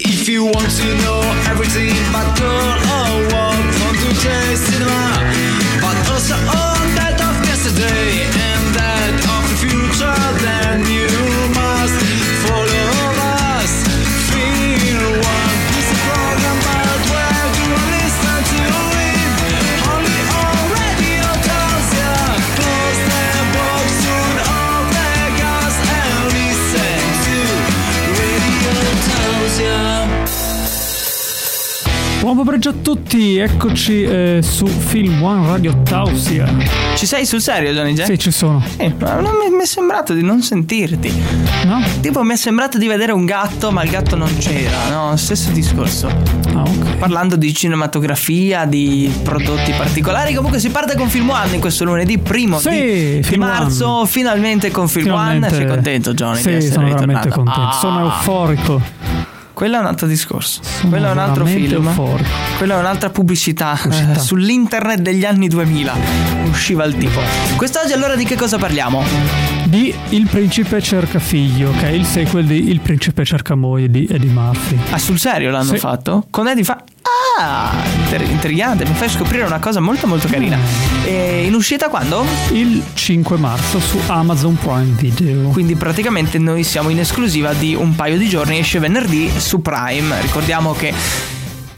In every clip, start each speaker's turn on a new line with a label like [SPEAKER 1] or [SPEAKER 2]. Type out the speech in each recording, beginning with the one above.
[SPEAKER 1] If you want to know everything but all or what from today's cinema, but also all that of yesterday and that of the future, then you must follow us. Feel one. This is a program about where you listen to it. Only on Radio Tausia. Close the box, turn off the gas, and listen to Radio Tausia.
[SPEAKER 2] Buon pomeriggio a tutti, eccoci eh, su Film One Radio Tausia.
[SPEAKER 3] Ci sei sul serio, Johnny Jack?
[SPEAKER 2] Sì, ci sono,
[SPEAKER 3] Sì, ma non mi, mi è sembrato di non sentirti.
[SPEAKER 2] no? Ah,
[SPEAKER 3] Tipo, mi è sembrato di vedere un gatto, ma il gatto non c'era. No, stesso discorso.
[SPEAKER 2] Ah, ok.
[SPEAKER 3] Parlando di cinematografia, di prodotti particolari. Comunque si parte con Film One in questo lunedì, primo
[SPEAKER 2] Sì,
[SPEAKER 3] di, di
[SPEAKER 2] Film One.
[SPEAKER 3] marzo. Finalmente con Film
[SPEAKER 2] Finalmente-
[SPEAKER 3] One. Sei contento, Johnny? di
[SPEAKER 2] Sì,
[SPEAKER 3] essere
[SPEAKER 2] sono
[SPEAKER 3] ritornato?
[SPEAKER 2] veramente contento.
[SPEAKER 3] Ah,
[SPEAKER 2] Sono euforico.
[SPEAKER 3] Quello è un altro discorso.
[SPEAKER 2] Sono
[SPEAKER 3] quello è un altro
[SPEAKER 2] veramente
[SPEAKER 3] film.
[SPEAKER 2] euforico.
[SPEAKER 3] Quella è un'altra pubblicità,
[SPEAKER 2] Pubblicità.
[SPEAKER 3] eh, sull'internet degli anni 2000. Usciva il tipo. Quest'oggi allora di che cosa parliamo?
[SPEAKER 2] Di Il Principe cerca figlio, che è il sequel di Il Principe cerca moglie di Eddie Murphy.
[SPEAKER 3] Ah, sul serio l'hanno
[SPEAKER 2] Sì.
[SPEAKER 3] fatto? Con Eddie fa. Ah, inter- intrigante, mi fai scoprire una cosa molto molto carina.
[SPEAKER 2] Mm.
[SPEAKER 3] E in uscita quando?
[SPEAKER 2] Il 5 marzo su Amazon Prime Video.
[SPEAKER 3] Quindi praticamente noi siamo in esclusiva di un paio di giorni, esce venerdì su Prime. Ricordiamo che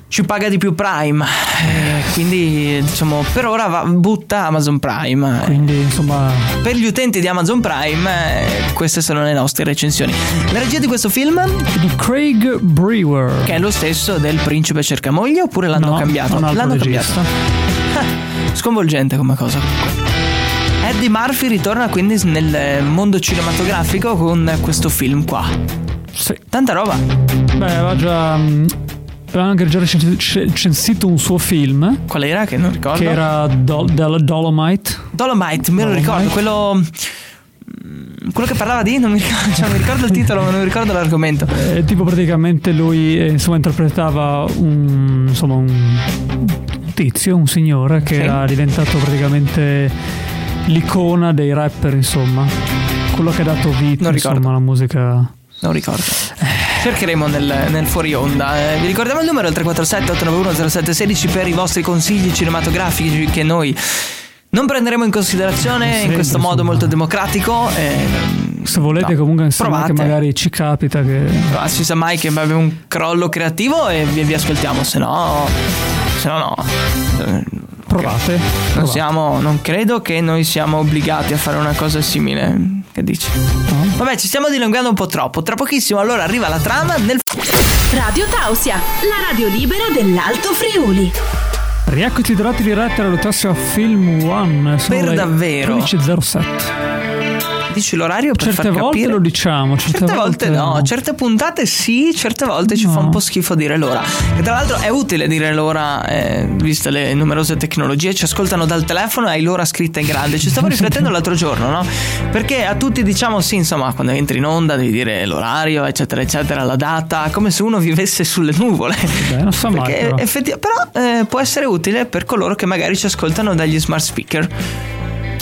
[SPEAKER 3] ci paga di più Prime. Eh, quindi diciamo per ora va- butta Amazon Prime.
[SPEAKER 2] Quindi, insomma,
[SPEAKER 3] Per gli utenti di Amazon Prime, eh, queste sono le nostre recensioni. La regia di questo film,
[SPEAKER 2] di Craig Brewer.
[SPEAKER 3] che è lo stesso del Principe cerca moglie, oppure l'hanno
[SPEAKER 2] No,
[SPEAKER 3] cambiato?
[SPEAKER 2] Un altro
[SPEAKER 3] l'hanno
[SPEAKER 2] regista.
[SPEAKER 3] cambiato. Eh, Sconvolgente come cosa. comunque. Eddie Murphy ritorna quindi nel eh, mondo cinematografico con questo film qua.
[SPEAKER 2] Sì.
[SPEAKER 3] Tanta roba.
[SPEAKER 2] Beh, aveva già. mm, aveva anche già recen- censito un suo film.
[SPEAKER 3] Qual era che non ricordo?
[SPEAKER 2] che era Dol- della Dolomite.
[SPEAKER 3] Dolomite, me lo
[SPEAKER 2] Dolomite.
[SPEAKER 3] ricordo, quello mm, quello che parlava di non mi ricordo, cioè, mi ricordo il titolo, ma non mi ricordo l'argomento.
[SPEAKER 2] Eh, tipo praticamente lui eh, insomma interpretava un insomma un un tizio, un signore che
[SPEAKER 3] Sì.
[SPEAKER 2] era diventato praticamente l'icona dei rapper, insomma. Quello che ha dato vita
[SPEAKER 3] Non ricordo.
[SPEAKER 2] insomma alla musica.
[SPEAKER 3] Non ricordo. Eh. Cercheremo nel, nel fuori onda. Eh, vi ricordiamo il numero al 347-891-0716 per i vostri consigli cinematografici che noi non prenderemo in considerazione in
[SPEAKER 2] Sempre,
[SPEAKER 3] questo modo
[SPEAKER 2] insomma.
[SPEAKER 3] molto democratico. eh,
[SPEAKER 2] Se volete
[SPEAKER 3] no,
[SPEAKER 2] comunque insomma
[SPEAKER 3] provate.
[SPEAKER 2] che magari ci capita che
[SPEAKER 3] Ah, si sa mai che abbiamo un crollo creativo e vi, vi ascoltiamo, se no. Se no, no. Eh,
[SPEAKER 2] provate.
[SPEAKER 3] Non,
[SPEAKER 2] provate.
[SPEAKER 3] siamo, non credo che noi siamo obbligati a fare una cosa simile. Che dici?
[SPEAKER 2] No?
[SPEAKER 3] Vabbè, ci stiamo dilungando un po' troppo. Tra pochissimo, allora arriva la trama nel.
[SPEAKER 4] Radio Tausia, la radio libera dell'Alto Friuli.
[SPEAKER 2] Rieccoci trovati diretti alla Tausia Film One sono
[SPEAKER 3] Per
[SPEAKER 2] le
[SPEAKER 3] davvero?
[SPEAKER 2] 13.07
[SPEAKER 3] Dici l'orario per
[SPEAKER 2] Certe
[SPEAKER 3] far
[SPEAKER 2] volte
[SPEAKER 3] capire.
[SPEAKER 2] lo diciamo Certe,
[SPEAKER 3] Certe volte no, certe puntate sì, certe volte ci fa un po' schifo dire l'ora. E tra l'altro è utile dire l'ora, eh, viste le numerose tecnologie, ci ascoltano dal telefono e hai l'ora scritta in grande. Ci stavo riflettendo l'altro giorno, no? Perché a tutti diciamo sì, insomma, quando entri in onda devi dire l'orario, eccetera, eccetera, la data, come se uno vivesse sulle nuvole.
[SPEAKER 2] Beh, non so mai,
[SPEAKER 3] Perché
[SPEAKER 2] però.
[SPEAKER 3] effettivamente, però eh, può essere utile per coloro che magari ci ascoltano dagli smart speaker.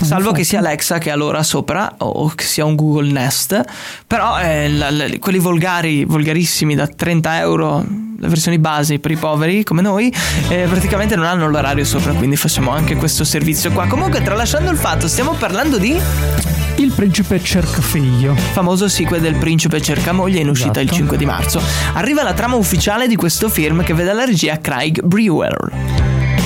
[SPEAKER 3] Salvo
[SPEAKER 2] infatti.
[SPEAKER 3] che sia Alexa che ha l'ora sopra o che sia un Google Nest, però eh, la- la- quelli volgari, volgarissimi da 30 euro, le versioni base per i poveri come noi, eh, praticamente non hanno l'orario sopra, quindi facciamo anche questo servizio qua. Comunque, tralasciando il fatto, stiamo parlando di
[SPEAKER 2] Il principe cerca figlio
[SPEAKER 3] famoso sequel del Principe cerca moglie in uscita il
[SPEAKER 2] Esatto.
[SPEAKER 3] 5 di marzo. Arriva la trama ufficiale di questo film che vede alla regia Craig Brewer.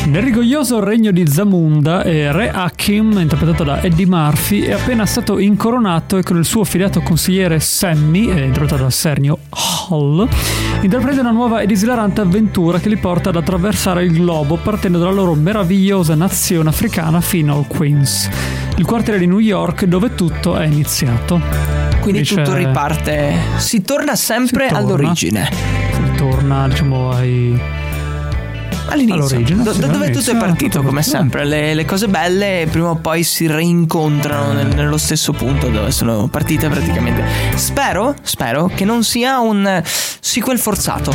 [SPEAKER 2] Nel rigoglioso regno di Zamunda, eh, Re Hakim, interpretato da Eddie Murphy, è appena stato incoronato e con il suo fidato consigliere Sammy, eh, interpretato da Sernio Hall, intraprende una nuova ed esilarante avventura che li porta ad attraversare il globo partendo dalla loro meravigliosa nazione africana fino al Queens, il quartiere di New York dove tutto è iniziato.
[SPEAKER 3] Quindi
[SPEAKER 2] Dice-
[SPEAKER 3] tutto riparte, si torna sempre
[SPEAKER 2] Si torna.
[SPEAKER 3] all'origine.
[SPEAKER 2] Torna, diciamo, ai...
[SPEAKER 3] All'inizio,
[SPEAKER 2] All'origine,
[SPEAKER 3] Do-
[SPEAKER 2] sì,
[SPEAKER 3] da dove
[SPEAKER 2] all'inizio.
[SPEAKER 3] tutto è partito, come sempre. Le, le cose belle prima o poi si rincontrano nel- nello stesso punto dove sono partite praticamente. Spero, spero che non sia un eh, sequel forzato.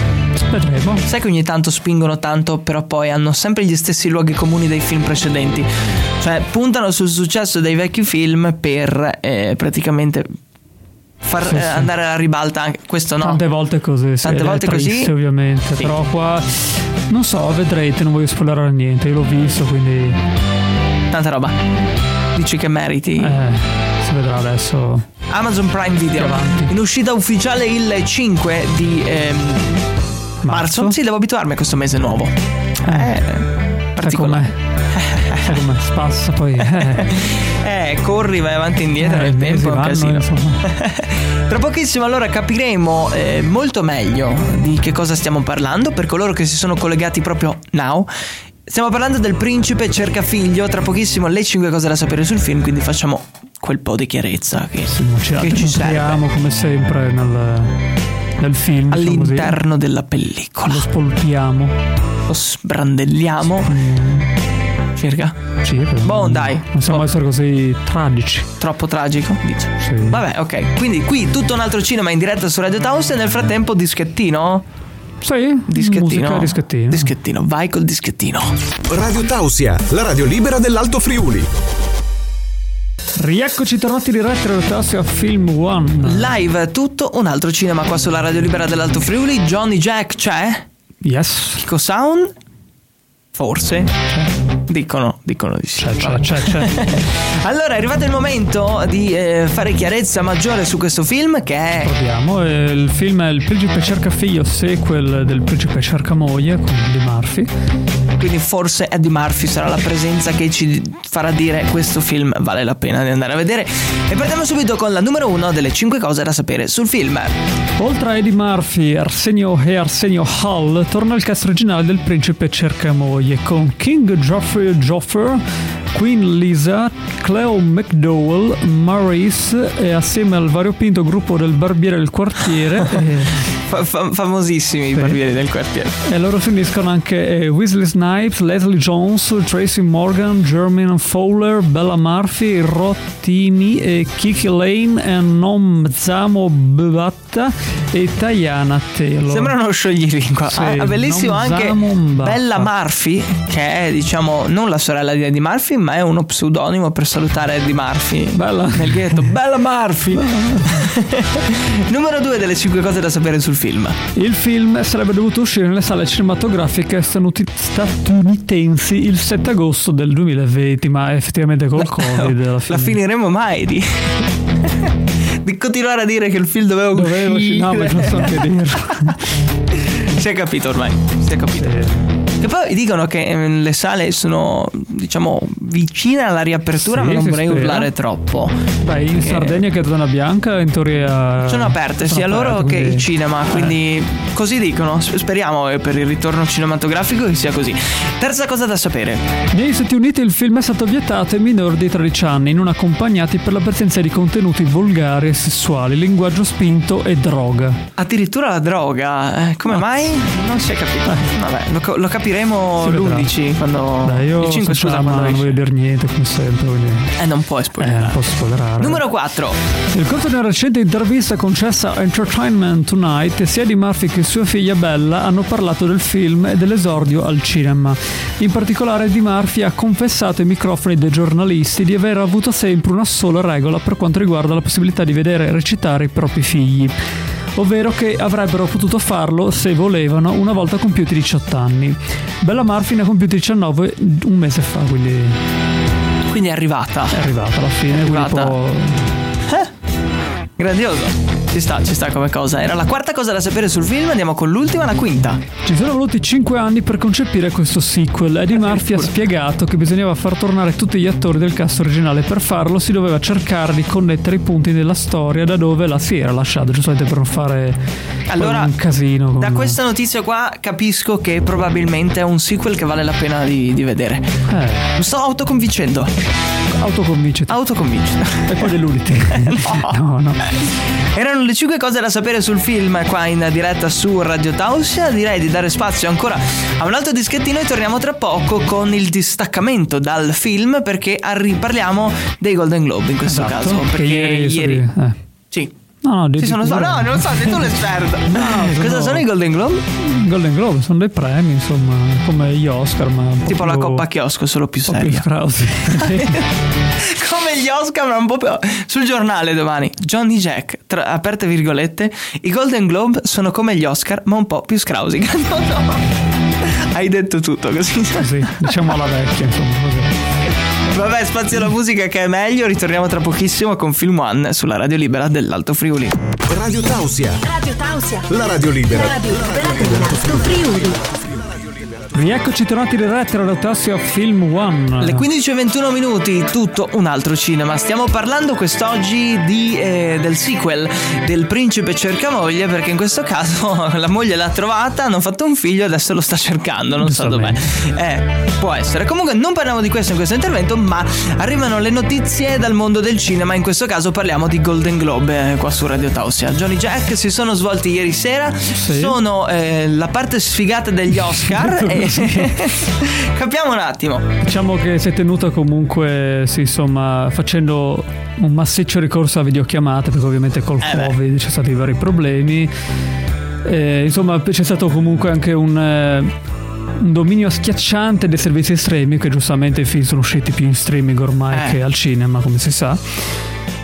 [SPEAKER 2] Vedremo.
[SPEAKER 3] Sai che ogni tanto spingono tanto, però poi hanno sempre gli stessi luoghi comuni dei film precedenti. Cioè, puntano sul successo dei vecchi film per eh, praticamente far
[SPEAKER 2] Sì,
[SPEAKER 3] eh,
[SPEAKER 2] sì.
[SPEAKER 3] andare alla ribalta anche questo no
[SPEAKER 2] Tante volte così, sì,
[SPEAKER 3] Tante
[SPEAKER 2] ed è
[SPEAKER 3] volte così.
[SPEAKER 2] triste, ovviamente,
[SPEAKER 3] Sì.
[SPEAKER 2] però qua non so, vedrete, non voglio spoilerare niente, io l'ho visto, quindi
[SPEAKER 3] tanta roba dici che meriti
[SPEAKER 2] eh, si vedrà adesso.
[SPEAKER 3] Amazon Prime Video
[SPEAKER 2] Più avanti.
[SPEAKER 3] in uscita ufficiale il 5 di ehm, marzo. sì devo abituarmi a questo mese nuovo eh,
[SPEAKER 2] Sai com'è?
[SPEAKER 3] particolare
[SPEAKER 2] Sai com'è? Spassa poi. Eh,
[SPEAKER 3] eh corri vai avanti e indietro
[SPEAKER 2] eh,
[SPEAKER 3] nel
[SPEAKER 2] i mesi
[SPEAKER 3] tempo è un
[SPEAKER 2] vanno,
[SPEAKER 3] casino
[SPEAKER 2] insomma.
[SPEAKER 3] Tra pochissimo allora capiremo eh, molto meglio di che cosa stiamo parlando per coloro che si sono collegati proprio now. Stiamo parlando del principe cerca figlio, tra pochissimo le 5 cose da sapere sul film, quindi facciamo quel po' di chiarezza che,
[SPEAKER 2] Sì, non ci
[SPEAKER 3] che ci serve
[SPEAKER 2] entriamo come sempre nel, nel film. diciamo così.
[SPEAKER 3] all'interno della
[SPEAKER 2] Lo
[SPEAKER 3] pellicola.
[SPEAKER 2] spolpiamo.
[SPEAKER 3] Lo sbrandelliamo
[SPEAKER 2] Mm,
[SPEAKER 3] circa.
[SPEAKER 2] sì, però
[SPEAKER 3] Boh,
[SPEAKER 2] non-
[SPEAKER 3] dai.
[SPEAKER 2] Non siamo
[SPEAKER 3] Boh.
[SPEAKER 2] essere così tragici.
[SPEAKER 3] Troppo tragico, dici.
[SPEAKER 2] Sì.
[SPEAKER 3] Vabbè, ok. Quindi qui tutto un altro cinema in diretta su Radio Taos e nel frattempo dischettino.
[SPEAKER 2] Sì,
[SPEAKER 3] Dischettino.
[SPEAKER 2] musica, dischettino.
[SPEAKER 3] Dischettino, vai col dischettino.
[SPEAKER 5] Radio Tausia, la radio libera dell'Alto Friuli.
[SPEAKER 2] Rieccoci tornati diretti alla tasca Film One.
[SPEAKER 3] Live tutto un altro cinema qua sulla Radio Libera dell'Alto Friuli. Johnny Jack c'è?
[SPEAKER 2] Yes.
[SPEAKER 3] Kiko Sound? Forse? Dicono, dicono di sì.
[SPEAKER 2] C'è, c'è,
[SPEAKER 3] Vabbè.
[SPEAKER 2] c'è, c'è.
[SPEAKER 3] Allora è arrivato il momento di eh, fare chiarezza maggiore su questo film che è...
[SPEAKER 2] Proviamo. eh, Il film è Il principe cerca figlio, sequel del principe cerca moglie con Eddie Murphy.
[SPEAKER 3] Quindi forse Eddie Murphy sarà la presenza che ci farà dire questo film vale la pena di andare a vedere. E partiamo subito con la numero uno delle 5 cose da sapere sul film.
[SPEAKER 2] Oltre a Eddie Murphy, Arsenio e Arsenio Hall torna al cast originale del principe cerca moglie con King Joffrey Joffer, Queen Lisa, Cleo McDowell, Maurice e assieme al variopinto gruppo del barbiere del quartiere. eh,
[SPEAKER 3] Fa- fa- famosissimi i barbieri del quartiere.
[SPEAKER 2] E loro finiscono anche eh, Weasley Snipes, Leslie Jones, Tracy Morgan, Jermaine Fowler, Bella Murphy, Rottini, eh, Kiki Lane, eh, Nomzamo Bevatta e Tayana Taylor.
[SPEAKER 3] Sembra uno scioglilingua.
[SPEAKER 2] Sì,
[SPEAKER 3] Ah, bellissimo
[SPEAKER 2] non
[SPEAKER 3] anche
[SPEAKER 2] usiamo un baffa.
[SPEAKER 3] Bella Murphy, che è diciamo non la sorella di Eddie Murphy, ma è uno pseudonimo per salutare Eddie Murphy.
[SPEAKER 2] Bella.
[SPEAKER 3] Nel ghetto, Bella Murphy. Numero 2 delle 5 cose da sapere sul film.
[SPEAKER 2] Il film sarebbe dovuto uscire nelle sale cinematografiche stanuti- statunitensi il 7 agosto del 2020, ma effettivamente col Covid alla
[SPEAKER 3] La
[SPEAKER 2] fine.
[SPEAKER 3] finiremo mai di. di continuare a dire che il film doveva
[SPEAKER 2] Dovevo,
[SPEAKER 3] uscire.
[SPEAKER 2] no, ma non so che dirlo.
[SPEAKER 3] Si è capito ormai. Si è capito. Che poi dicono che ehm, le sale sono, diciamo, vicine alla riapertura,
[SPEAKER 2] Sì,
[SPEAKER 3] ma non
[SPEAKER 2] si
[SPEAKER 3] vorrei
[SPEAKER 2] spera.
[SPEAKER 3] urlare troppo.
[SPEAKER 2] Beh, in Sardegna che è zona bianca, in teoria.
[SPEAKER 3] Sono aperte sia
[SPEAKER 2] aperte,
[SPEAKER 3] loro che
[SPEAKER 2] quindi- Eh.
[SPEAKER 3] il cinema, quindi così dicono. S- Speriamo eh, per il ritorno cinematografico che sia così. Terza cosa da sapere:
[SPEAKER 2] Negli Stati Uniti il film è stato vietato ai minori di 13 anni non accompagnati per la presenza di contenuti volgari e sessuali, linguaggio spinto e droga.
[SPEAKER 3] addirittura la droga. eh, come mai? Non si è capito. Vabbè, lo, co- lo capiremo
[SPEAKER 2] Eh. Si vedrà.
[SPEAKER 3] l'11 quando.
[SPEAKER 2] Dai, io
[SPEAKER 3] il 5 scusa,
[SPEAKER 2] senza la
[SPEAKER 3] quando
[SPEAKER 2] mano non
[SPEAKER 3] esce.
[SPEAKER 2] voglio dire niente come sempre, quindi
[SPEAKER 3] Eh, non puoi
[SPEAKER 2] eh, non
[SPEAKER 3] spoilerare.
[SPEAKER 2] posso spoilerare.
[SPEAKER 3] Numero 4.
[SPEAKER 2] Nel corso di una recente intervista concessa a Entertainment Tonight, sia Di Murphy che sua figlia Bella hanno parlato del film e dell'esordio al cinema. In particolare, Di Murphy ha confessato ai microfoni dei giornalisti di aver avuto sempre una sola regola per quanto riguarda la possibilità di vedere recitare i propri figli. Ovvero che avrebbero potuto farlo se volevano una volta compiuti i 18 anni. Bella Murphy ne ha compiuti 19 un mese fa, quindi è
[SPEAKER 3] Quindi è arrivata.
[SPEAKER 2] arrivata alla fine. quindi
[SPEAKER 3] arrivata.
[SPEAKER 2] può-
[SPEAKER 3] Grandioso. Ci sta, ci sta come cosa. Era la quarta cosa da sapere sul film. Andiamo con l'ultima, la quinta.
[SPEAKER 2] Ci sono voluti 5 anni per concepire questo sequel.
[SPEAKER 3] Eh,
[SPEAKER 2] Eddie Murphy ha spiegato che bisognava far tornare tutti gli attori del cast originale. Per farlo si doveva cercare di connettere i punti della storia da dove la si era lasciata, giustamente per non fare poi
[SPEAKER 3] Allora,
[SPEAKER 2] un casino. con-
[SPEAKER 3] Da questa notizia qua capisco che probabilmente è un sequel che vale la pena di, di vedere. Mi
[SPEAKER 2] Eh,
[SPEAKER 3] sto autoconvincendo.
[SPEAKER 2] autoconvinciti.
[SPEAKER 3] Autoconvincendo.
[SPEAKER 2] e poi dell'Unity. no,
[SPEAKER 3] Eh,
[SPEAKER 2] no.
[SPEAKER 3] Erano le 5 cose da sapere sul film qua in diretta su Radio Tausia. Direi di dare spazio ancora a un altro dischettino e torniamo tra poco con il distaccamento dal film perché arri- parliamo dei Golden Globe in questo
[SPEAKER 2] Esatto,
[SPEAKER 3] caso.
[SPEAKER 2] che
[SPEAKER 3] Perché
[SPEAKER 2] ieri,
[SPEAKER 3] ieri...
[SPEAKER 2] eh,
[SPEAKER 3] Sì.
[SPEAKER 2] No, no,
[SPEAKER 3] Sì, sono
[SPEAKER 2] solo
[SPEAKER 3] No, non lo so, sei tu l'esperto.
[SPEAKER 2] No,
[SPEAKER 3] Cosa
[SPEAKER 2] no.
[SPEAKER 3] sono i Golden Globe?
[SPEAKER 2] Golden Globe sono dei premi, insomma, come gli Oscar, ma un po'
[SPEAKER 3] Tipo la
[SPEAKER 2] più-
[SPEAKER 3] Coppa Chiosco, solo più
[SPEAKER 2] un po' più
[SPEAKER 3] seria.
[SPEAKER 2] frausi.
[SPEAKER 3] Come gli Oscar, ma un po' più. Sul giornale domani, Johnny Jack, tra aperte virgolette, i Golden Globe sono come gli Oscar, ma un po' più scrausi. No, no. Hai detto tutto così.
[SPEAKER 2] Sì, diciamo alla vecchia, insomma, così.
[SPEAKER 3] Vabbè, spazio alla musica che è meglio. Ritorniamo tra pochissimo con Film One sulla radio libera dell'Alto Friuli.
[SPEAKER 5] Radio Tausia,
[SPEAKER 4] Radio Tausia.
[SPEAKER 5] la radio libera.
[SPEAKER 4] La radio libera dell'Alto Friuli.
[SPEAKER 2] Rieccoci tornati diretti alla Tassia Film One.
[SPEAKER 3] Le 15.21 minuti, tutto un altro cinema. Stiamo parlando quest'oggi di, eh, del sequel del principe cerca moglie, perché in questo caso la moglie l'ha trovata, hanno fatto un figlio e adesso lo sta cercando, non so dov'è. Eh, può essere. Comunque non parliamo di questo in questo intervento, ma arrivano le notizie dal mondo del cinema, in questo caso parliamo di Golden Globe eh, qua su Radio Tausia. Johnny Jack si sono svolti ieri sera, sono eh, la parte sfigata degli Oscar e capiamo un attimo.
[SPEAKER 2] Diciamo che si è tenuta comunque, sì, insomma, facendo un massiccio ricorso a videochiamate, perché ovviamente col
[SPEAKER 3] Eh beh.
[SPEAKER 2] Covid ci sono stati vari problemi. Eh, insomma, p- c'è stato comunque anche un, eh, un dominio schiacciante dei servizi estremi, che giustamente i film sono usciti più in streaming ormai
[SPEAKER 3] Eh.
[SPEAKER 2] che al cinema, come si sa.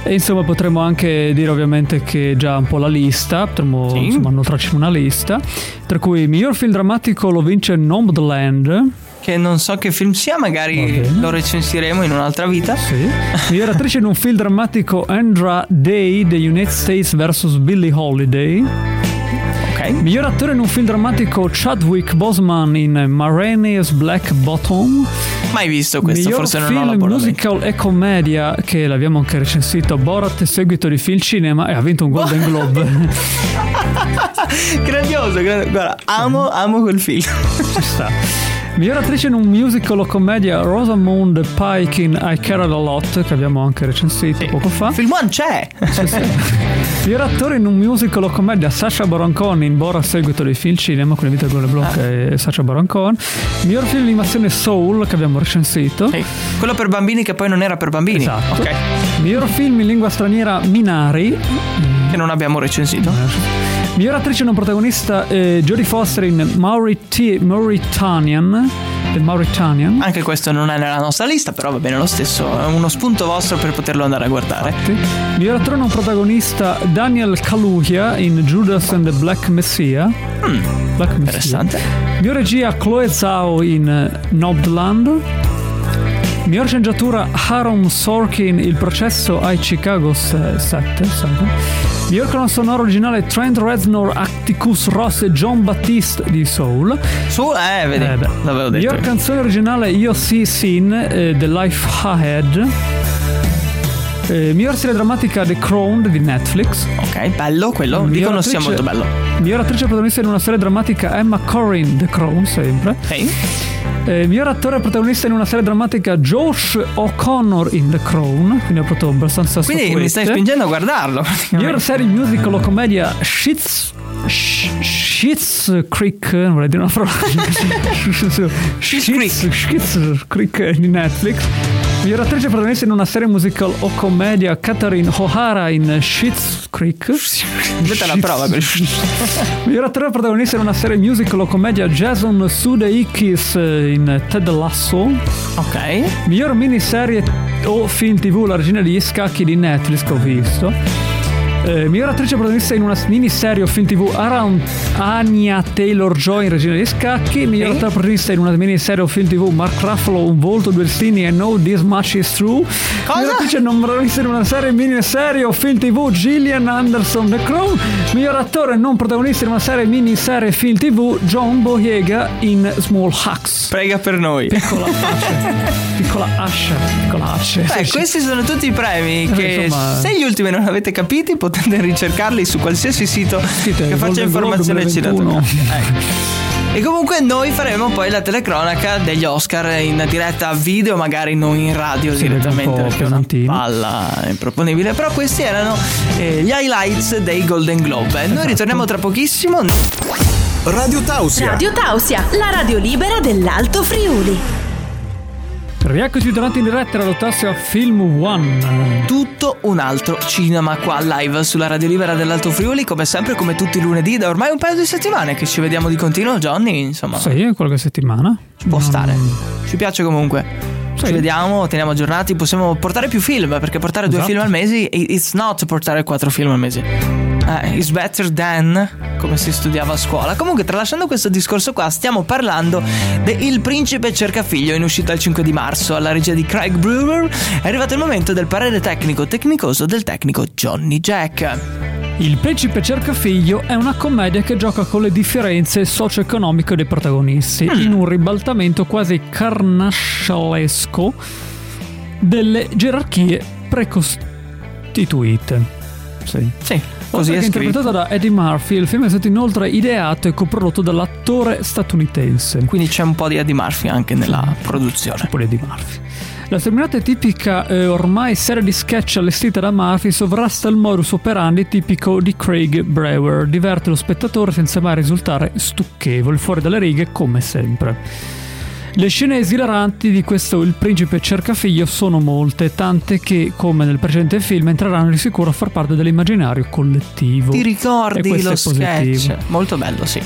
[SPEAKER 2] E insomma potremmo anche dire ovviamente che già un po' la lista, potremmo
[SPEAKER 3] Sì.
[SPEAKER 2] insomma annotarci una lista, tra cui il miglior film drammatico lo vince Nomadland,
[SPEAKER 3] Che non so che film sia,
[SPEAKER 2] Va
[SPEAKER 3] magari
[SPEAKER 2] bene.
[SPEAKER 3] lo recensiremo in un'altra vita.
[SPEAKER 2] Sì. Miglior attrice in un film drammatico Andra Day The United States vs. Billie Holiday.
[SPEAKER 3] Ok.
[SPEAKER 2] Miglior attore in un film drammatico Chadwick Boseman in Marraine's Black Bottom.
[SPEAKER 3] Mai visto questo,
[SPEAKER 2] Miglior
[SPEAKER 3] forse non ho
[SPEAKER 2] film
[SPEAKER 3] l'appuntamento.
[SPEAKER 2] musical e commedia che l'abbiamo anche recensito Borat seguito di film cinema e ha vinto un Golden Globe.
[SPEAKER 3] Grandioso, gra- guarda,
[SPEAKER 2] Mm.
[SPEAKER 3] amo, amo quel film.
[SPEAKER 2] Ci sta. Miglior attrice in un musical o commedia Rosamund Pike in I Cared a Lot che abbiamo anche recensito poco fa.
[SPEAKER 3] Film One c'è!
[SPEAKER 2] Miglior attore in un musical o commedia Sasha Baron Cohen in Bora a seguito dei film cinema con Vito Golden Block e Sasha Baron Cohen miglior film di animazione Soul che abbiamo recensito
[SPEAKER 3] Ok. Quello per bambini che poi non era per bambini.
[SPEAKER 2] Esatto.
[SPEAKER 3] Ok.
[SPEAKER 2] miglior film in lingua straniera Minari
[SPEAKER 3] Che non abbiamo recensito.
[SPEAKER 2] miglior attrice non protagonista eh, Jodie Foster in Mauriti- Mauritanian The Mauritanian
[SPEAKER 3] Anche questo non è nella nostra lista, però va bene lo stesso. È uno spunto vostro per poterlo andare a guardare.
[SPEAKER 2] miglior attore non protagonista Daniel Kaluuya in Judas and the Black Messiah Black Messiah
[SPEAKER 3] Interessante.
[SPEAKER 2] Mio regia Chloe Zhao in eh, Nobland. Mia sceneggiatura Aaron Sorkin Il processo ai eh, Chicago 7. Mio canone sonoro originale Trent Reznor, Atticus Ross e John Baptiste di Soul.
[SPEAKER 3] Su, eh, vedi.
[SPEAKER 2] Eh, beh.
[SPEAKER 3] L'avevo detto.
[SPEAKER 2] Miglior canzone originale Io Si Sin eh, The Life Ahead. Eh, miglior serie drammatica The Crown di Netflix.
[SPEAKER 3] Ok, bello quello.
[SPEAKER 2] Miglior
[SPEAKER 3] Dicono sia
[SPEAKER 2] attrice-
[SPEAKER 3] molto bello.
[SPEAKER 2] Miglior attrice protagonista in una serie drammatica Emma Corrin The Crown sempre.
[SPEAKER 3] Ok.
[SPEAKER 2] Eh, miglior attore protagonista in una serie drammatica Josh O'Connor in The Crown, quindi ho proprio abbastanza
[SPEAKER 3] Quindi mi
[SPEAKER 2] statuette.
[SPEAKER 3] stai spingendo a guardarlo.
[SPEAKER 2] Miglior serie musical o commedia Shits Shits Creek, non vorrei dire una parola. Shits
[SPEAKER 3] Creek.
[SPEAKER 2] Shits Creek di Netflix. Miglior attrice protagonista in una serie musical o commedia Catherine O'Hara in Shits Creek.
[SPEAKER 3] Metta alla prova quel-
[SPEAKER 2] Miglior attore protagonista in una serie musical o commedia Jason Sudeikis eh, in Ted Lasso.
[SPEAKER 3] Ok.
[SPEAKER 2] Miglior miniserie o film tv La regina degli scacchi di Netflix che ho visto Eh, miglior attrice protagonista in una miniserie o film tv Around Anya Taylor-Joy in Regina degli Scacchi Miglior attrice protagonista in una miniserie o film tv Mark Ruffalo, Un volto, due destini e No This Much Is True Miglior attrice non protagonista in una serie miniserie o film tv Gillian Anderson The Crown Miglior attore non protagonista in una serie miniserie e film tv John Boyega in Small Hacks
[SPEAKER 3] Prega per noi.
[SPEAKER 2] piccola ascia, piccola ascia, piccola ascia.
[SPEAKER 3] Beh, questi sono tutti i premi che
[SPEAKER 2] insomma-
[SPEAKER 3] se gli ultimi non avete capiti potete ricercarli su qualsiasi sito
[SPEAKER 2] Scrivete
[SPEAKER 3] che
[SPEAKER 2] Golden
[SPEAKER 3] faccia informazione
[SPEAKER 2] Globe 2021.
[SPEAKER 3] cinematografica. Ecco. E comunque noi faremo poi la telecronaca degli Oscar in diretta a video, magari non in radio
[SPEAKER 2] Sì, un
[SPEAKER 3] direttamente
[SPEAKER 2] po'
[SPEAKER 3] perché è una
[SPEAKER 2] pesantino.
[SPEAKER 3] palla improponibile, però questi erano eh, gli highlights dei Golden Globe. E
[SPEAKER 2] Esatto.
[SPEAKER 3] Noi ritorniamo tra pochissimo.
[SPEAKER 5] Radio Tausia.
[SPEAKER 4] Radio Tausia, la radio libera dell'Alto Friuli.
[SPEAKER 2] Rieccoci tornati in diretta dall'ottassima Film One.
[SPEAKER 3] tutto un altro cinema qua live sulla Radio Libera dell'Alto Friuli, come sempre, come tutti i lunedì, da ormai un paio di settimane che ci vediamo di continuo, Johnny, insomma,
[SPEAKER 2] Sì, qualche settimana. Mm.
[SPEAKER 3] ci può
[SPEAKER 2] Non-
[SPEAKER 3] stare. Ci piace comunque.
[SPEAKER 2] Sì.
[SPEAKER 3] Ci vediamo, teniamo aggiornati, possiamo portare più film, perché portare due
[SPEAKER 2] Esatto.
[SPEAKER 3] film al mese, i- it's not portare quattro film al mese. Eh, it's better than come si studiava a scuola. Comunque, tralasciando questo discorso qua, stiamo parlando de Il principe cerca figlio in uscita il 5 di marzo alla regia di Craig Brewer. È arrivato il momento del parere tecnico tecnicoso del tecnico Johnny Jack.
[SPEAKER 2] Il principe cerca figlio è una commedia che gioca con le differenze socio-economiche dei protagonisti
[SPEAKER 3] Mm.
[SPEAKER 2] in un ribaltamento quasi carnascialesco delle gerarchie precostituite. Sì.
[SPEAKER 3] Sì, così
[SPEAKER 2] Oltre
[SPEAKER 3] è
[SPEAKER 2] che
[SPEAKER 3] scritto.
[SPEAKER 2] interpretato da Eddie Murphy, il film è stato inoltre ideato e coprodotto dall'attore statunitense.
[SPEAKER 3] Quindi c'è un po' di Eddie Murphy anche nella produzione.
[SPEAKER 2] Pure di Murphy. La sterminata e tipica eh, ormai serie di sketch allestita da Murphy sovrasta il modus operandi tipico di Craig Brewer, diverte lo spettatore senza mai risultare stucchevole, fuori dalle righe come sempre. Le scene esilaranti di questo Il principe cerca figlio sono molte, tante che, come nel precedente film, entreranno di sicuro a far parte dell'immaginario collettivo.
[SPEAKER 3] Ti
[SPEAKER 2] E
[SPEAKER 3] ricordi
[SPEAKER 2] questo
[SPEAKER 3] lo
[SPEAKER 2] è positivo.
[SPEAKER 3] sketch? Molto bello, sì.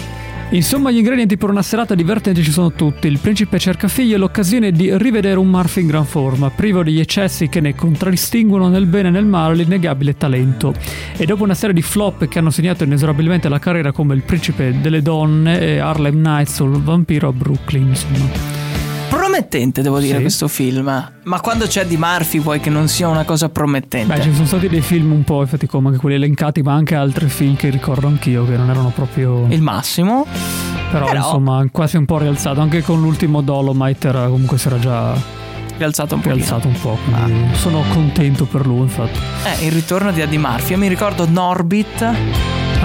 [SPEAKER 2] Insomma, gli ingredienti per una serata divertente ci sono tutti. Il principe cerca figlio è l'occasione di rivedere un Murphy in gran forma, privo degli eccessi che ne contraddistinguono nel bene e nel male l'innegabile talento. E dopo una serie di flop che hanno segnato inesorabilmente la carriera come Il principe delle donne, e Harlem Nights o Il vampiro a Brooklyn, insomma.
[SPEAKER 3] Promettente, devo dire,
[SPEAKER 2] Sì.
[SPEAKER 3] questo film. Ma quando c'è di Murphy vuoi che non sia una cosa promettente?
[SPEAKER 2] Beh, ci sono stati dei film un po', infatti, come anche quelli elencati, ma anche altri film che ricordo anch'io che non erano proprio...
[SPEAKER 3] Il massimo.
[SPEAKER 2] però,
[SPEAKER 3] però-
[SPEAKER 2] insomma, quasi un po' rialzato. Anche con l'ultimo Dolomite era, comunque si era già...
[SPEAKER 3] Rialzato un po'.
[SPEAKER 2] rialzato un po'.
[SPEAKER 3] Ah.
[SPEAKER 2] quindi Sono contento per lui, infatti.
[SPEAKER 3] Eh, il ritorno di Eddie Murphy. Io mi ricordo Norbit,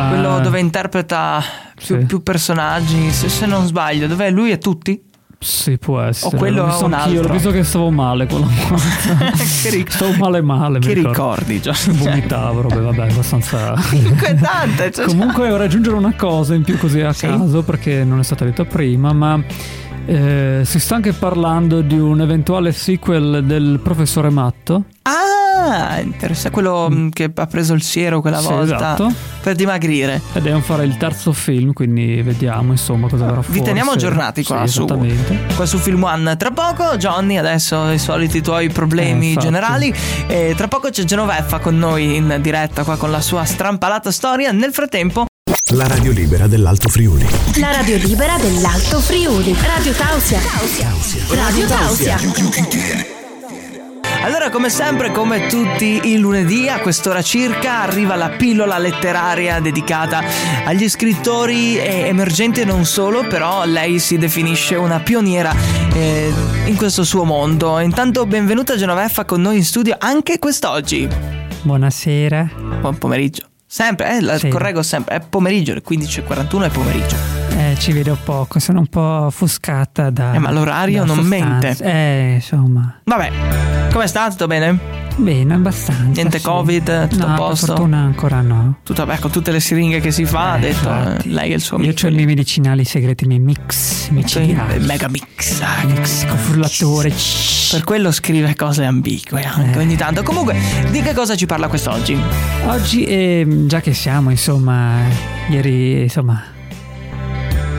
[SPEAKER 3] quello
[SPEAKER 2] Ah,
[SPEAKER 3] dove interpreta più,
[SPEAKER 2] sì.
[SPEAKER 3] più personaggi, se, se non sbaglio. Dov'è lui e tutti?
[SPEAKER 2] Sì, può essere.
[SPEAKER 3] O Oh, quello
[SPEAKER 2] L'ho visto
[SPEAKER 3] o un
[SPEAKER 2] anch'io,
[SPEAKER 3] altro.
[SPEAKER 2] L'ho visto che stavo male con la morte.
[SPEAKER 3] che ric-
[SPEAKER 2] stavo male male, mi
[SPEAKER 3] che
[SPEAKER 2] ricordo.
[SPEAKER 3] ricordi, Johnny? Cioè,
[SPEAKER 2] Vomitavo, robe, vabbè, abbastanza...
[SPEAKER 3] Inquietante. cioè-
[SPEAKER 2] Comunque vorrei aggiungere una cosa in più così a
[SPEAKER 3] Sì?
[SPEAKER 2] caso, perché non è stata detta prima, ma... eh, si sta anche parlando di un eventuale sequel del professore Matto.
[SPEAKER 3] Ah, interessante. Quello mh, che ha preso il siero quella
[SPEAKER 2] Sì,
[SPEAKER 3] volta
[SPEAKER 2] esatto.
[SPEAKER 3] per dimagrire.
[SPEAKER 2] Ed devono fare il terzo film, quindi vediamo insomma cosa verrà fuori.
[SPEAKER 3] Ah, Vi teniamo
[SPEAKER 2] se-
[SPEAKER 3] aggiornati qua
[SPEAKER 2] sì,
[SPEAKER 3] su
[SPEAKER 2] Esattamente.
[SPEAKER 3] qua su Film One. Tra poco, Johnny, adesso i soliti tuoi
[SPEAKER 2] Eh,
[SPEAKER 3] problemi
[SPEAKER 2] infatti.
[SPEAKER 3] generali. E tra poco c'è Genoveffa con noi in diretta qua con la sua strampalata storia. Nel frattempo,
[SPEAKER 5] La radio libera dell'Alto Friuli.
[SPEAKER 4] La radio libera dell'Alto Friuli. Radio Tausia. Radio Tausia.
[SPEAKER 3] allora, come sempre, come tutti i lunedì a quest'ora circa, arriva la pillola letteraria dedicata agli scrittori eh, emergenti e non solo, però lei si definisce una pioniera eh, in questo suo mondo. Intanto, benvenuta Genoveffa con noi in studio anche quest'oggi.
[SPEAKER 2] Buonasera.
[SPEAKER 3] Buon pomeriggio. Sempre, eh, la
[SPEAKER 2] Sì.
[SPEAKER 3] correggo sempre, è pomeriggio, le 15.41 è pomeriggio.
[SPEAKER 2] Eh, ci vedo poco, sono un po' offuscata da.
[SPEAKER 3] Eh, ma l'orario
[SPEAKER 2] da
[SPEAKER 3] non
[SPEAKER 2] sostanze. Eh, insomma.
[SPEAKER 3] Vabbè, come sta? Tutto bene?
[SPEAKER 2] Bene, abbastanza.
[SPEAKER 3] Niente
[SPEAKER 2] sì.
[SPEAKER 3] Covid, tutto
[SPEAKER 2] no,
[SPEAKER 3] a
[SPEAKER 2] per
[SPEAKER 3] posto?
[SPEAKER 2] fortuna ancora no.
[SPEAKER 3] Tutto bene, con tutte le siringhe che si fa, ha
[SPEAKER 2] Eh,
[SPEAKER 3] detto
[SPEAKER 2] infatti.
[SPEAKER 3] eh, lei e il suo
[SPEAKER 2] Io
[SPEAKER 3] amico.
[SPEAKER 2] ho i
[SPEAKER 3] lì.
[SPEAKER 2] miei medicinali segreti, i miei mix micidiali.
[SPEAKER 3] Il mega mix. ah, che-
[SPEAKER 2] mix con frullatore.
[SPEAKER 3] Per quello scrive cose ambigue anche
[SPEAKER 2] Eh.
[SPEAKER 3] ogni tanto. Comunque, di che cosa ci parla quest'oggi?
[SPEAKER 2] Oggi, ehm, già che siamo, insomma, ieri, insomma,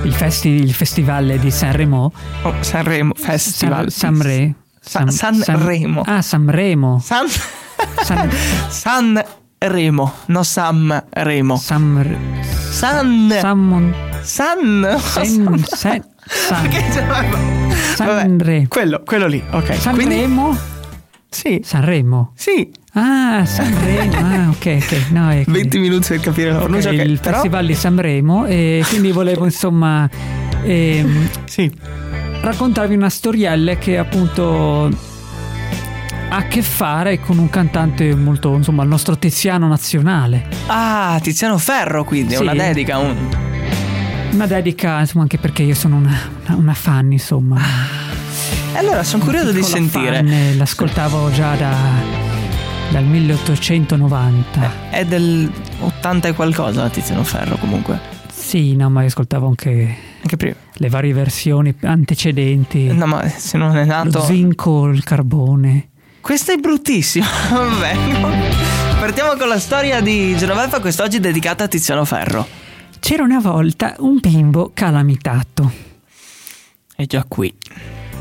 [SPEAKER 2] il, festi- il festival di Sanremo.
[SPEAKER 3] Oh, Sanremo Festival.
[SPEAKER 2] San- Sanre.
[SPEAKER 3] San- Sanremo.
[SPEAKER 2] ah, Sanremo.
[SPEAKER 3] San...
[SPEAKER 2] San-
[SPEAKER 3] Sanremo, no Sanremo.
[SPEAKER 2] Samr-
[SPEAKER 3] San...
[SPEAKER 2] Sammon.
[SPEAKER 3] San...
[SPEAKER 2] Sen- sen- san-
[SPEAKER 3] Perché c'è-
[SPEAKER 2] Sanre.
[SPEAKER 3] Quello, quello lì, ok. Quindi,
[SPEAKER 2] Sanremo?
[SPEAKER 3] sì,
[SPEAKER 2] Sanremo.
[SPEAKER 3] sì.
[SPEAKER 2] Ah, Sanremo. Ah, ok, ok. No, è che-
[SPEAKER 3] 20 minuti per capire la
[SPEAKER 2] ok,
[SPEAKER 3] pronuncia, ok,
[SPEAKER 2] il
[SPEAKER 3] però-
[SPEAKER 2] festival di Sanremo e quindi volevo insomma ehm,
[SPEAKER 3] Sì.
[SPEAKER 2] raccontarvi una storiella che appunto ha a che fare con un cantante molto insomma il nostro Tiziano nazionale
[SPEAKER 3] Ah, Tiziano Ferro, quindi, è
[SPEAKER 2] Sì.
[SPEAKER 3] una dedica. Un...
[SPEAKER 2] una dedica insomma anche perché io sono una, una- una fan insomma
[SPEAKER 3] Ah, E allora, sono curioso di
[SPEAKER 2] piccola
[SPEAKER 3] sentire.
[SPEAKER 2] fan, eh, l'ascoltavo già da- dal 1890
[SPEAKER 3] È del 80 e qualcosa Tiziano Ferro, comunque.
[SPEAKER 2] Sì, no, ma io ascoltavo anche
[SPEAKER 3] Anche prima.
[SPEAKER 2] le varie versioni antecedenti,
[SPEAKER 3] No, ma se non è
[SPEAKER 2] lo
[SPEAKER 3] nato.
[SPEAKER 2] zinco, il carbone. Questo
[SPEAKER 3] Questa è bruttissima. Vabbè. Partiamo con la storia di Genoveffa, quest'oggi dedicata a Tiziano Ferro.
[SPEAKER 2] C'era una volta un bimbo calamitato.
[SPEAKER 3] È già qui.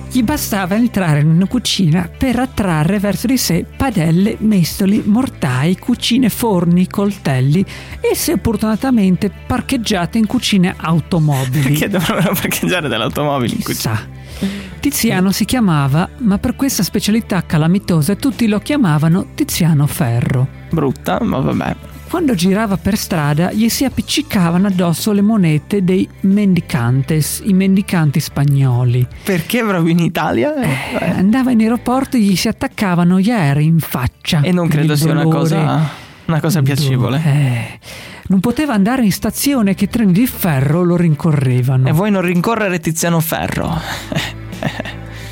[SPEAKER 2] Gli bastava entrare in una cucina per attrarre verso di sé padelle, mestoli, mortai, cucine, forni, coltelli e se opportunatamente parcheggiate in cucine automobili.
[SPEAKER 3] Perché dovrebbero parcheggiare dell'automobile in cucina?
[SPEAKER 2] Chissà. Tiziano si chiamava, ma per questa specialità calamitosa tutti lo chiamavano Tiziano Ferro.
[SPEAKER 3] Brutta, ma vabbè.
[SPEAKER 2] Quando girava per strada gli si appiccicavano addosso le monete dei mendicantes, i mendicanti spagnoli.
[SPEAKER 3] Perché proprio in Italia?
[SPEAKER 2] Eh, Andava in aeroporto e gli si attaccavano gli aerei in faccia.
[SPEAKER 3] E non
[SPEAKER 2] per
[SPEAKER 3] credo
[SPEAKER 2] il
[SPEAKER 3] sia una
[SPEAKER 2] dolore.
[SPEAKER 3] cosa, una cosa
[SPEAKER 2] Il
[SPEAKER 3] piacevole.
[SPEAKER 2] dolore. Eh, non poteva andare in stazione che i treni di ferro lo rincorrevano.
[SPEAKER 3] E vuoi non rincorrere Tiziano Ferro?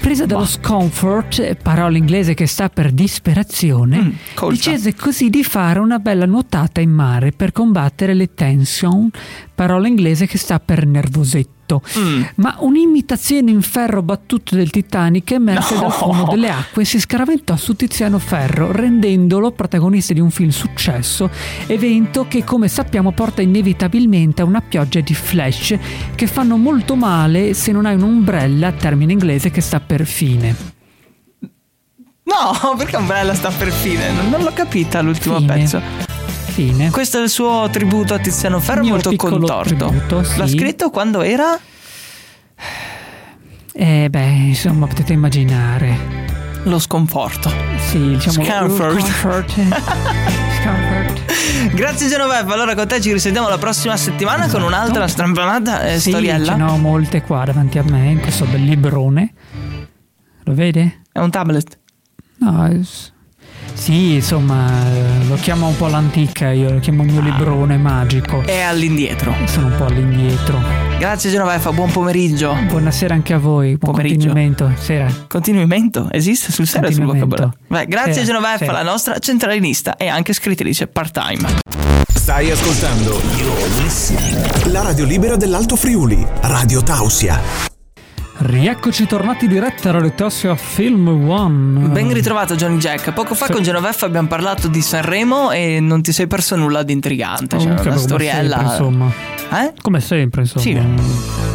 [SPEAKER 2] Presa dallo scomfort, parola inglese che sta per disperazione,
[SPEAKER 3] Mm, colta.
[SPEAKER 2] decise così di fare una bella nuotata in mare per combattere le tension, parola inglese che sta per nervosetto.
[SPEAKER 3] Mm.
[SPEAKER 2] Ma un'imitazione in ferro battuto del Titanic emerse
[SPEAKER 3] No.
[SPEAKER 2] dal fondo delle acque e si scaraventò su Tiziano Ferro, rendendolo protagonista di un film successo, evento che come sappiamo porta inevitabilmente a una pioggia di flash che fanno molto male se non hai un'ombrella, termine inglese che sta per fine.
[SPEAKER 3] No, perché Umbrella sta per fine? Non, non l'ho capita l'ultimo
[SPEAKER 2] Fine.
[SPEAKER 3] pezzo.
[SPEAKER 2] Fine.
[SPEAKER 3] Questo è il suo tributo a Tiziano Ferro
[SPEAKER 2] Mio
[SPEAKER 3] molto
[SPEAKER 2] piccolo
[SPEAKER 3] contorto.
[SPEAKER 2] tributo, sì.
[SPEAKER 3] L'ha scritto quando era?
[SPEAKER 2] Eh beh, insomma, potete immaginare.
[SPEAKER 3] Lo sconforto.
[SPEAKER 2] Sì, diciamo
[SPEAKER 3] Scomfort.
[SPEAKER 2] Comfort. Scomfort.
[SPEAKER 3] Grazie Genoveva, allora con te ci risentiamo la prossima settimana con un'altra strampanata eh,
[SPEAKER 2] Esatto. Sì,
[SPEAKER 3] storiella.
[SPEAKER 2] ce ne ho molte qua davanti a me, in questo bel librone. Lo vede?
[SPEAKER 3] È un tablet.
[SPEAKER 2] No, eh, s- sì, insomma, eh, lo chiamo un po' l'antica, io lo chiamo il
[SPEAKER 3] Ah.
[SPEAKER 2] mio librone magico.
[SPEAKER 3] È all'indietro.
[SPEAKER 2] Sono un po' all'indietro.
[SPEAKER 3] Grazie Genoveva, buon pomeriggio.
[SPEAKER 2] Buonasera anche a voi, buon
[SPEAKER 3] Pomeriggio.
[SPEAKER 2] continuamento. Sera.
[SPEAKER 3] Continuimento esiste sul serio sul
[SPEAKER 2] Continuamento.
[SPEAKER 3] vocabolario. Beh, grazie
[SPEAKER 2] Sì,
[SPEAKER 3] Genoveva,
[SPEAKER 2] sì.
[SPEAKER 3] la nostra centralinista e anche scrittrice part-time.
[SPEAKER 5] Stai ascoltando la radio libera dell'Alto Friuli, Radio Tausia.
[SPEAKER 2] Rieccoci tornati diretta alla Letossia Film One.
[SPEAKER 3] Ben ritrovato Johnny Jack. Poco fa
[SPEAKER 2] Mm. Sì.
[SPEAKER 3] con Genoveffa abbiamo parlato di Sanremo e non ti sei perso nulla di intrigante. Cioè,
[SPEAKER 2] Comunque,
[SPEAKER 3] una
[SPEAKER 2] come
[SPEAKER 3] storiella.
[SPEAKER 2] sempre, insomma.
[SPEAKER 3] Eh?
[SPEAKER 2] Come sempre, insomma.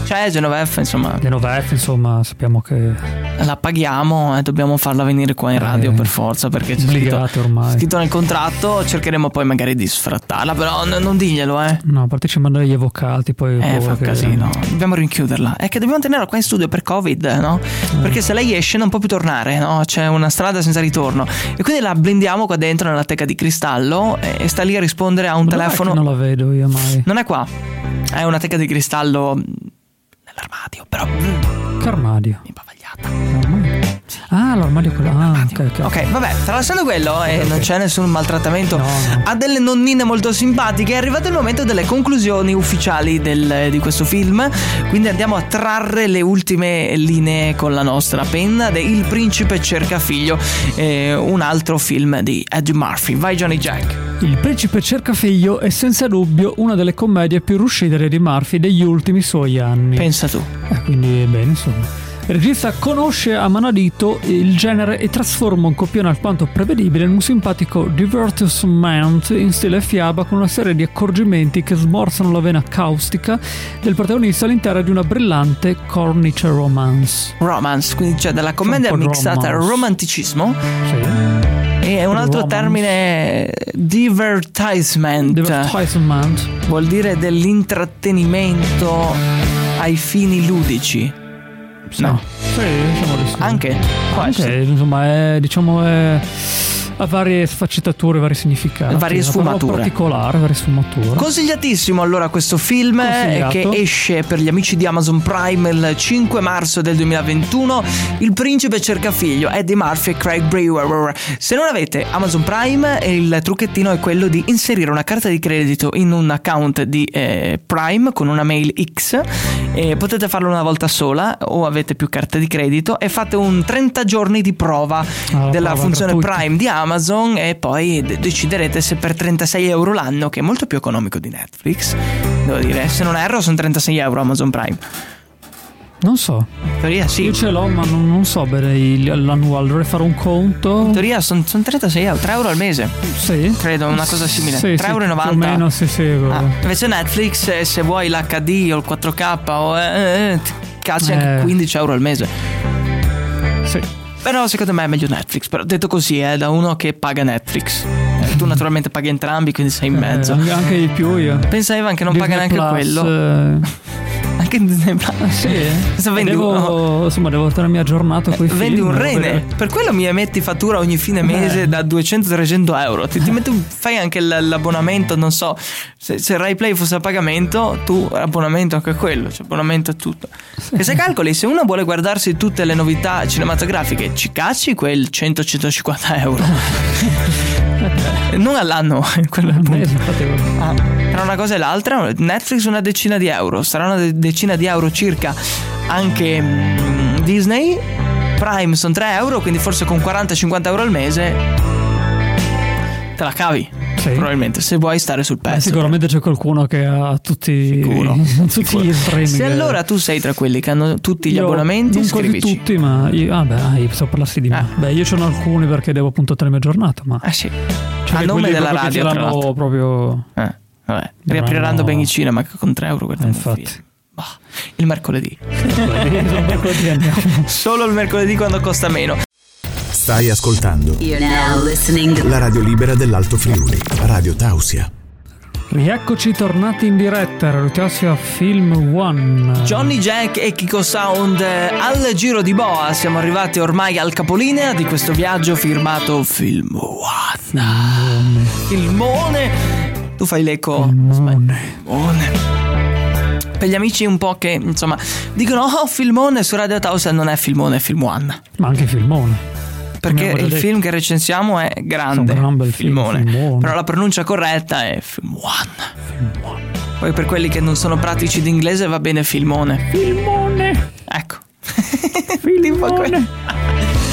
[SPEAKER 3] Cioè, Genoveffa, insomma,
[SPEAKER 2] Le novef, insomma, sappiamo che
[SPEAKER 3] la paghiamo e dobbiamo farla venire qua in radio
[SPEAKER 2] Eh,
[SPEAKER 3] per forza perché c'è
[SPEAKER 2] obbligato
[SPEAKER 3] scritto,
[SPEAKER 2] ormai.
[SPEAKER 3] scritto nel contratto. Cercheremo poi magari di sfrattarla, però n- non diglielo, eh.
[SPEAKER 2] No, a parte ci mandano gli avvocati, poi...
[SPEAKER 3] Eh,
[SPEAKER 2] boh,
[SPEAKER 3] fa un
[SPEAKER 2] che-
[SPEAKER 3] casino. Dobbiamo rinchiuderla. È che dobbiamo tenerla qua in studio per Covid, no?
[SPEAKER 2] Mm.
[SPEAKER 3] Perché se lei esce non può più tornare, no? C'è una strada senza ritorno. E quindi la blindiamo qua dentro nella teca di cristallo e, e sta lì a rispondere a un
[SPEAKER 2] Ma dov'è
[SPEAKER 3] telefono.
[SPEAKER 2] che Non la vedo io mai.
[SPEAKER 3] Non è qua. È una teca di cristallo mh, nell'armadio, però
[SPEAKER 2] Mm.
[SPEAKER 3] mh,
[SPEAKER 2] Carmadio.
[SPEAKER 3] imbavagliata.
[SPEAKER 2] Ah, l'armadio quello. Ah, ok, ok.
[SPEAKER 3] Ok, vabbè, tralasciando quello e non c'è nessun maltrattamento.
[SPEAKER 2] No, no.
[SPEAKER 3] Ha delle nonnine molto simpatiche. È arrivato il momento delle conclusioni ufficiali del- di questo film. Quindi andiamo a trarre le ultime linee con la nostra penna. De Il principe cerca figlio, eh, un altro film di Eddie Murphy. Vai, Johnny Jack.
[SPEAKER 2] Il principe cerca figlio è senza dubbio una delle commedie più riuscite di Murphy degli ultimi suoi anni.
[SPEAKER 3] Pensa tu.
[SPEAKER 2] Eh, quindi bene, insomma. Il regista conosce a mano a dito il genere e trasforma un copione alquanto prevedibile in un simpatico divertisement in stile fiaba con una serie di accorgimenti che smorzano la vena caustica del protagonista all'interno di una brillante cornice romance.
[SPEAKER 3] Romance, quindi c'è della commedia
[SPEAKER 2] po' di
[SPEAKER 3] mixata al
[SPEAKER 2] romance.
[SPEAKER 3] romanticismo.
[SPEAKER 2] Sì.
[SPEAKER 3] E è un altro
[SPEAKER 2] Romance.
[SPEAKER 3] termine eh, divertisement.
[SPEAKER 2] Divertisement.
[SPEAKER 3] Vuol dire dell'intrattenimento ai fini ludici.
[SPEAKER 2] Sì.
[SPEAKER 3] No.
[SPEAKER 2] Sì, diciamo di sì.
[SPEAKER 3] Anche. può
[SPEAKER 2] Anche,
[SPEAKER 3] essere.
[SPEAKER 2] insomma, è, diciamo, è- ha varie sfaccettature, vari significati.
[SPEAKER 3] Varie
[SPEAKER 2] Una parola
[SPEAKER 3] sfumature.
[SPEAKER 2] particolare, varie sfumature.
[SPEAKER 3] Consigliatissimo allora questo film eh, che
[SPEAKER 2] Consigliato.
[SPEAKER 3] esce per gli amici di Amazon Prime il 5 marzo del 2021 Il principe cerca figlio Eddie Murphy e Craig Brewer Se non avete Amazon Prime eh, il trucchettino è quello di inserire una carta di credito in un account di eh, Prime con una mail X e potete farlo una volta sola o avete più carte di credito e fate un 30 giorni di prova
[SPEAKER 2] Ah, la
[SPEAKER 3] della
[SPEAKER 2] prova
[SPEAKER 3] funzione
[SPEAKER 2] gratuita.
[SPEAKER 3] Prime di Amazon e poi de- deciderete se per 36 euro l'anno, che è molto più economico di Netflix, devo dire, se non erro sono 36 euro Amazon Prime.
[SPEAKER 2] Non so.
[SPEAKER 3] In teoria sì.
[SPEAKER 2] Io ce l'ho, ma non, non so bene il- l'annuale. Dovrei fare un conto.
[SPEAKER 3] In teoria sono 36 euro, 3 euro al mese.
[SPEAKER 2] Sì.
[SPEAKER 3] Credo, una cosa simile.
[SPEAKER 2] Sì, sì,
[SPEAKER 3] 3,90 euro.
[SPEAKER 2] Più o meno, sì, ecco. sì.
[SPEAKER 3] Ah, invece Netflix, eh, se vuoi l'HD o il 4K, o, eh, eh, ti caccia anche
[SPEAKER 2] Eh.
[SPEAKER 3] 15 euro al mese.
[SPEAKER 2] Sì.
[SPEAKER 3] Però secondo me è meglio Netflix. Però detto così, è da uno che paga Netflix. Eh, tu naturalmente paghi entrambi, quindi sei in mezzo.
[SPEAKER 2] Eh, anche- anche di più io.
[SPEAKER 3] Pensa Evan che non
[SPEAKER 2] Disney
[SPEAKER 3] paga neanche
[SPEAKER 2] Plus,
[SPEAKER 3] quello.
[SPEAKER 2] eh,
[SPEAKER 3] Anche Disney Plus.
[SPEAKER 2] sì.
[SPEAKER 3] Sta
[SPEAKER 2] eh.
[SPEAKER 3] vendi uno. Eh,
[SPEAKER 2] devo, insomma, devo tenermi aggiornato con i film.
[SPEAKER 3] Vendi un
[SPEAKER 2] devo
[SPEAKER 3] rene.
[SPEAKER 2] vedere.
[SPEAKER 3] Per quello mi emetti fattura ogni fine mese
[SPEAKER 2] Eh.
[SPEAKER 3] da 200-300 euro. Ti, ti metti un- fai anche l- l'abbonamento, non so. Se, se Rai Play fosse a pagamento, tu abbonamento anche a quello. Cioè abbonamento a tutto. E se calcoli, se uno vuole guardarsi tutte le novità cinematografiche, ci cacci quel 100-150 euro. non all'anno, quello è il
[SPEAKER 2] Eh,
[SPEAKER 3] punto.
[SPEAKER 2] infatti, guarda.
[SPEAKER 3] Ah, tra una cosa e l'altra, Netflix una decina di euro, sarà una de- decina di euro circa anche mm, Disney, Prime sono 3 euro, quindi forse con 40-50 euro al mese te la cavi,
[SPEAKER 2] Sì.
[SPEAKER 3] probabilmente, se vuoi stare sul
[SPEAKER 2] Eh,
[SPEAKER 3] pezzo.
[SPEAKER 2] sicuramente c'è qualcuno che ha tutti,
[SPEAKER 3] Sicuro,
[SPEAKER 2] tutti gli streaming.
[SPEAKER 3] se allora tu sei tra quelli che hanno tutti gli
[SPEAKER 2] Io
[SPEAKER 3] abbonamenti,
[SPEAKER 2] non quasi
[SPEAKER 3] iscrivici.
[SPEAKER 2] tutti, ma io, ah beh, ah, io pensavo parlassi di me.
[SPEAKER 3] Ah.
[SPEAKER 2] Beh, io ce n'ho alcuni perché devo appunto tenermi aggiornato, ma
[SPEAKER 3] Ah sì,
[SPEAKER 2] cioè
[SPEAKER 3] a
[SPEAKER 2] che
[SPEAKER 3] nome
[SPEAKER 2] quelli
[SPEAKER 3] della
[SPEAKER 2] proprio che
[SPEAKER 3] radio,
[SPEAKER 2] ce
[SPEAKER 3] tra l'altro.
[SPEAKER 2] l'hanno proprio
[SPEAKER 3] Eh, vabbè. Riapriranno ben i cinema che con 3 euro guardiamo
[SPEAKER 2] Eh,
[SPEAKER 3] un
[SPEAKER 2] infatti.
[SPEAKER 3] film. Bah, il mercoledì.
[SPEAKER 2] Così andiamo.
[SPEAKER 3] Solo il mercoledì quando costa meno.
[SPEAKER 5] Stai ascoltando
[SPEAKER 6] You're now listening to
[SPEAKER 5] la radio libera dell'Alto Friuli, Radio Tausia.
[SPEAKER 2] Rieccoci tornati in diretta, Rutiosia Film One.
[SPEAKER 3] Johnny Jack e Kiko Sound eh, al giro di boa siamo arrivati ormai al capolinea di questo viaggio firmato Film One. Filmone. Tu fai l'eco. Filmone. Per gli amici un po' che insomma dicono oh filmone su Radio Tausa non è filmone, è film one.
[SPEAKER 2] Ma anche filmone.
[SPEAKER 3] Perché
[SPEAKER 2] Abbiamo già
[SPEAKER 3] il
[SPEAKER 2] detto.
[SPEAKER 3] film che recensiamo è grande,
[SPEAKER 2] Insomma, un bel film,
[SPEAKER 3] filmone.
[SPEAKER 2] filmone.
[SPEAKER 3] Però la pronuncia corretta è film one. Poi per quelli che non sono pratici d'inglese va bene filmone.
[SPEAKER 2] Filmone!
[SPEAKER 3] Ecco.
[SPEAKER 2] Filmone!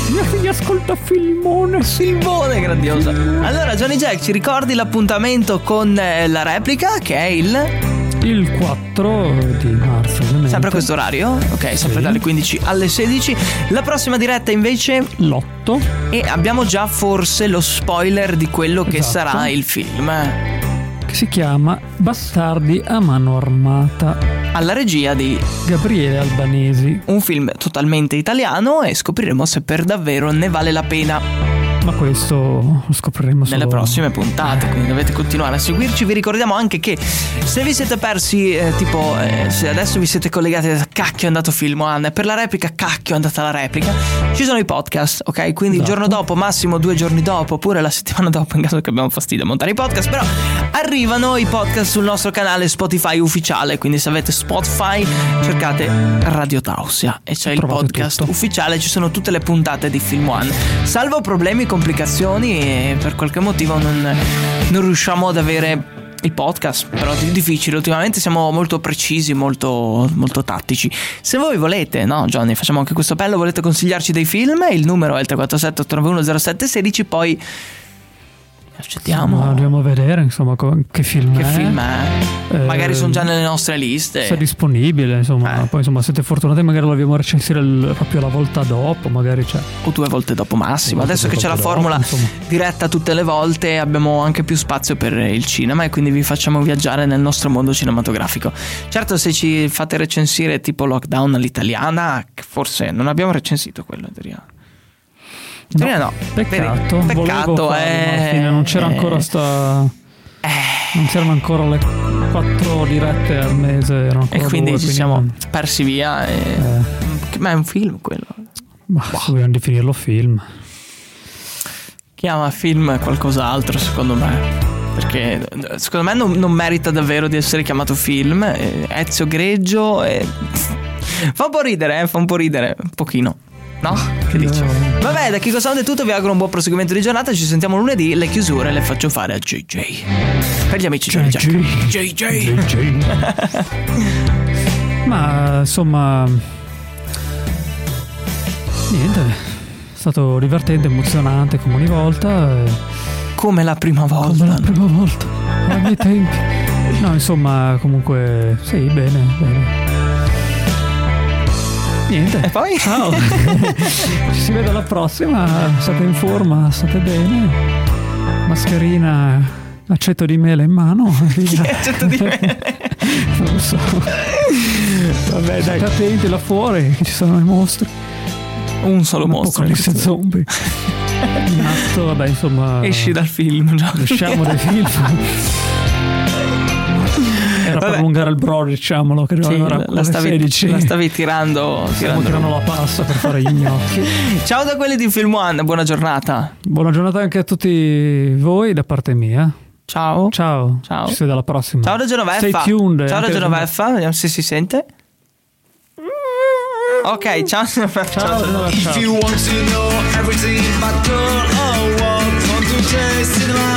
[SPEAKER 2] Mia figlia ascolta filmone!
[SPEAKER 3] Filmone grandioso. Allora, Johnny Jack, ci ricordi l'appuntamento con eh, la replica che è il.
[SPEAKER 2] Il 4 di marzo, ovviamente.
[SPEAKER 3] Sempre a questo orario? Ok, sempre
[SPEAKER 2] Sì.
[SPEAKER 3] dalle 15 alle 16. La prossima diretta invece.
[SPEAKER 2] L'8,
[SPEAKER 3] E abbiamo già forse lo spoiler di quello che
[SPEAKER 2] Esatto.
[SPEAKER 3] sarà il film.
[SPEAKER 2] che si chiama Bastardi a mano armata.
[SPEAKER 3] Alla regia di
[SPEAKER 2] Gabriele Albanesi.
[SPEAKER 3] un film totalmente italiano e scopriremo se per davvero ne vale la pena.
[SPEAKER 2] Ma questo lo scopriremo solo
[SPEAKER 3] nelle prossime puntate, quindi dovete continuare a seguirci. Vi ricordiamo anche che se vi siete persi, eh, tipo, eh, se adesso vi siete collegati, e cacchio è andato film One, per la replica, cacchio è andata la replica, ci sono i podcast, ok? Quindi il
[SPEAKER 2] Esatto.
[SPEAKER 3] giorno dopo, massimo due giorni dopo, oppure la settimana dopo, in caso che abbiamo fastidio a montare i podcast, però arrivano i podcast sul nostro canale Spotify ufficiale, quindi se avete Spotify cercate Radio Tausia e c'è il
[SPEAKER 2] Trovate
[SPEAKER 3] podcast
[SPEAKER 2] tutto.
[SPEAKER 3] ufficiale ci sono tutte le puntate di Film One. Salvo problemi, complicazioni e per qualche motivo non, non riusciamo ad avere il podcast, però è difficile, ultimamente siamo molto precisi, molto, molto tattici. Se voi volete, no Johnny, facciamo anche questo appello, volete consigliarci dei film, il numero è il 347-891-0716, poi accettiamo.
[SPEAKER 2] Insomma, dobbiamo vedere, insomma, co- che film
[SPEAKER 3] che
[SPEAKER 2] è.
[SPEAKER 3] film è?
[SPEAKER 2] Eh,
[SPEAKER 3] Magari sono già nelle nostre
[SPEAKER 2] Se è
[SPEAKER 3] liste.
[SPEAKER 2] disponibile, insomma.
[SPEAKER 3] Eh.
[SPEAKER 2] Poi, insomma, siete fortunati, magari lo dobbiamo recensire il- proprio la volta dopo, magari cioè. c'è.
[SPEAKER 3] o due volte dopo massimo.
[SPEAKER 2] Due
[SPEAKER 3] Adesso che
[SPEAKER 2] volte
[SPEAKER 3] c'è la
[SPEAKER 2] dopo,
[SPEAKER 3] formula
[SPEAKER 2] insomma.
[SPEAKER 3] diretta tutte le volte, abbiamo anche più spazio per il cinema e quindi vi facciamo viaggiare nel nostro mondo cinematografico. Certo, se ci fate recensire tipo Lockdown all'italiana, che forse non abbiamo recensito quello, in teoria. In teoria no.
[SPEAKER 2] Peccato,
[SPEAKER 3] Vedi?
[SPEAKER 2] volevo
[SPEAKER 3] Peccato,
[SPEAKER 2] farlo, ma alla
[SPEAKER 3] eh,
[SPEAKER 2] fine non c'era
[SPEAKER 3] eh,
[SPEAKER 2] ancora sta. Non c'erano ancora le quattro dirette al mese. erano ancora
[SPEAKER 3] E quindi
[SPEAKER 2] due,
[SPEAKER 3] ci siamo
[SPEAKER 2] non- eh.
[SPEAKER 3] persi via. e- Che- Ma è un film quello.
[SPEAKER 2] Ma
[SPEAKER 3] Boh.
[SPEAKER 2] se vogliamo definirlo film.
[SPEAKER 3] Chiama film qualcos'altro, secondo me. Perché eh, secondo me non, non merita davvero di essere chiamato film. Eh, Ezio Greggio. eh, Fa un po' ridere, eh, fa un po' ridere, un pochino. No? Che dici?
[SPEAKER 2] No.
[SPEAKER 3] Vabbè, da Kiko Sound è tutto, vi auguro un buon proseguimento di giornata. Ci sentiamo lunedì. Le chiusure le faccio fare a JJ. Per gli amici
[SPEAKER 2] eh, Cioè,
[SPEAKER 3] Johnny Jack. JJ.
[SPEAKER 2] Ma insomma. Niente. stato divertente, emozionante come ogni volta. eh,
[SPEAKER 3] Come la prima volta.
[SPEAKER 2] come la prima volta, ai miei tempi. No, insomma, comunque, sì, bene, bene. Niente.
[SPEAKER 3] E poi?
[SPEAKER 2] Ciao. Ci si vede alla prossima. State in forma, state bene. Mascherina, accetto di mele in mano. Via.
[SPEAKER 3] Accetto di me.
[SPEAKER 2] Non lo so.
[SPEAKER 3] Vabbè,
[SPEAKER 2] State attenti là fuori, che ci sono i mostri.
[SPEAKER 3] Un solo mostro.
[SPEAKER 2] Apocalisse zombie. Un atto, vabbè, insomma.
[SPEAKER 3] Esci dal film, Gianni.
[SPEAKER 2] Usciamo dai film. Era per
[SPEAKER 3] Vabbè.
[SPEAKER 2] allungare il bro, diciamolo, che
[SPEAKER 3] Sì,
[SPEAKER 2] giocava
[SPEAKER 3] la, la stavi,
[SPEAKER 2] 16.
[SPEAKER 3] la stavi tirando.
[SPEAKER 2] Stiamo tirando
[SPEAKER 3] tirando.
[SPEAKER 2] la passa per fare gli gnocchi.
[SPEAKER 3] Ciao da quelli di Film One, buona giornata.
[SPEAKER 2] Buona giornata anche a tutti voi da parte mia.
[SPEAKER 3] Ciao.
[SPEAKER 2] Ciao.
[SPEAKER 3] Ciao.
[SPEAKER 2] Ci si vede alla prossima.
[SPEAKER 3] Ciao da Genoveffa.
[SPEAKER 2] Stay tuned. eh,
[SPEAKER 3] Ciao da
[SPEAKER 2] Anche-
[SPEAKER 3] Genoveffa, vediamo se si sente. Ok,
[SPEAKER 2] Ciao,
[SPEAKER 3] ciao.
[SPEAKER 2] Genoveffa.
[SPEAKER 1] If you want to know everything about girl or what, come to J Cinema.